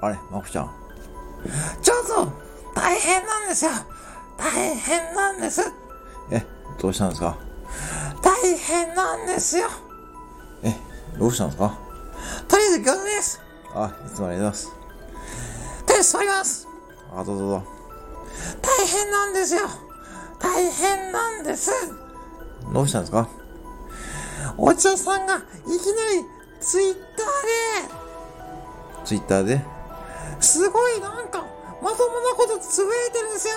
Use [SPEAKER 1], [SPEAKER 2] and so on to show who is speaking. [SPEAKER 1] あれ、まこちゃん。ちょっと、大変なんですよ。大変なんです。え、どうしたんですか大変なんですよ。え、どうしたんですかとりあえず、餃子です。あ、いつもありがとうございます。とりあえず、座ります。あ、どうぞどうぞ。大変なんですよ。大変なんです。どうしたんですかお茶さんがいきなりツイッターでツイッターですごいなんかまともなことつぶやいてるんですよ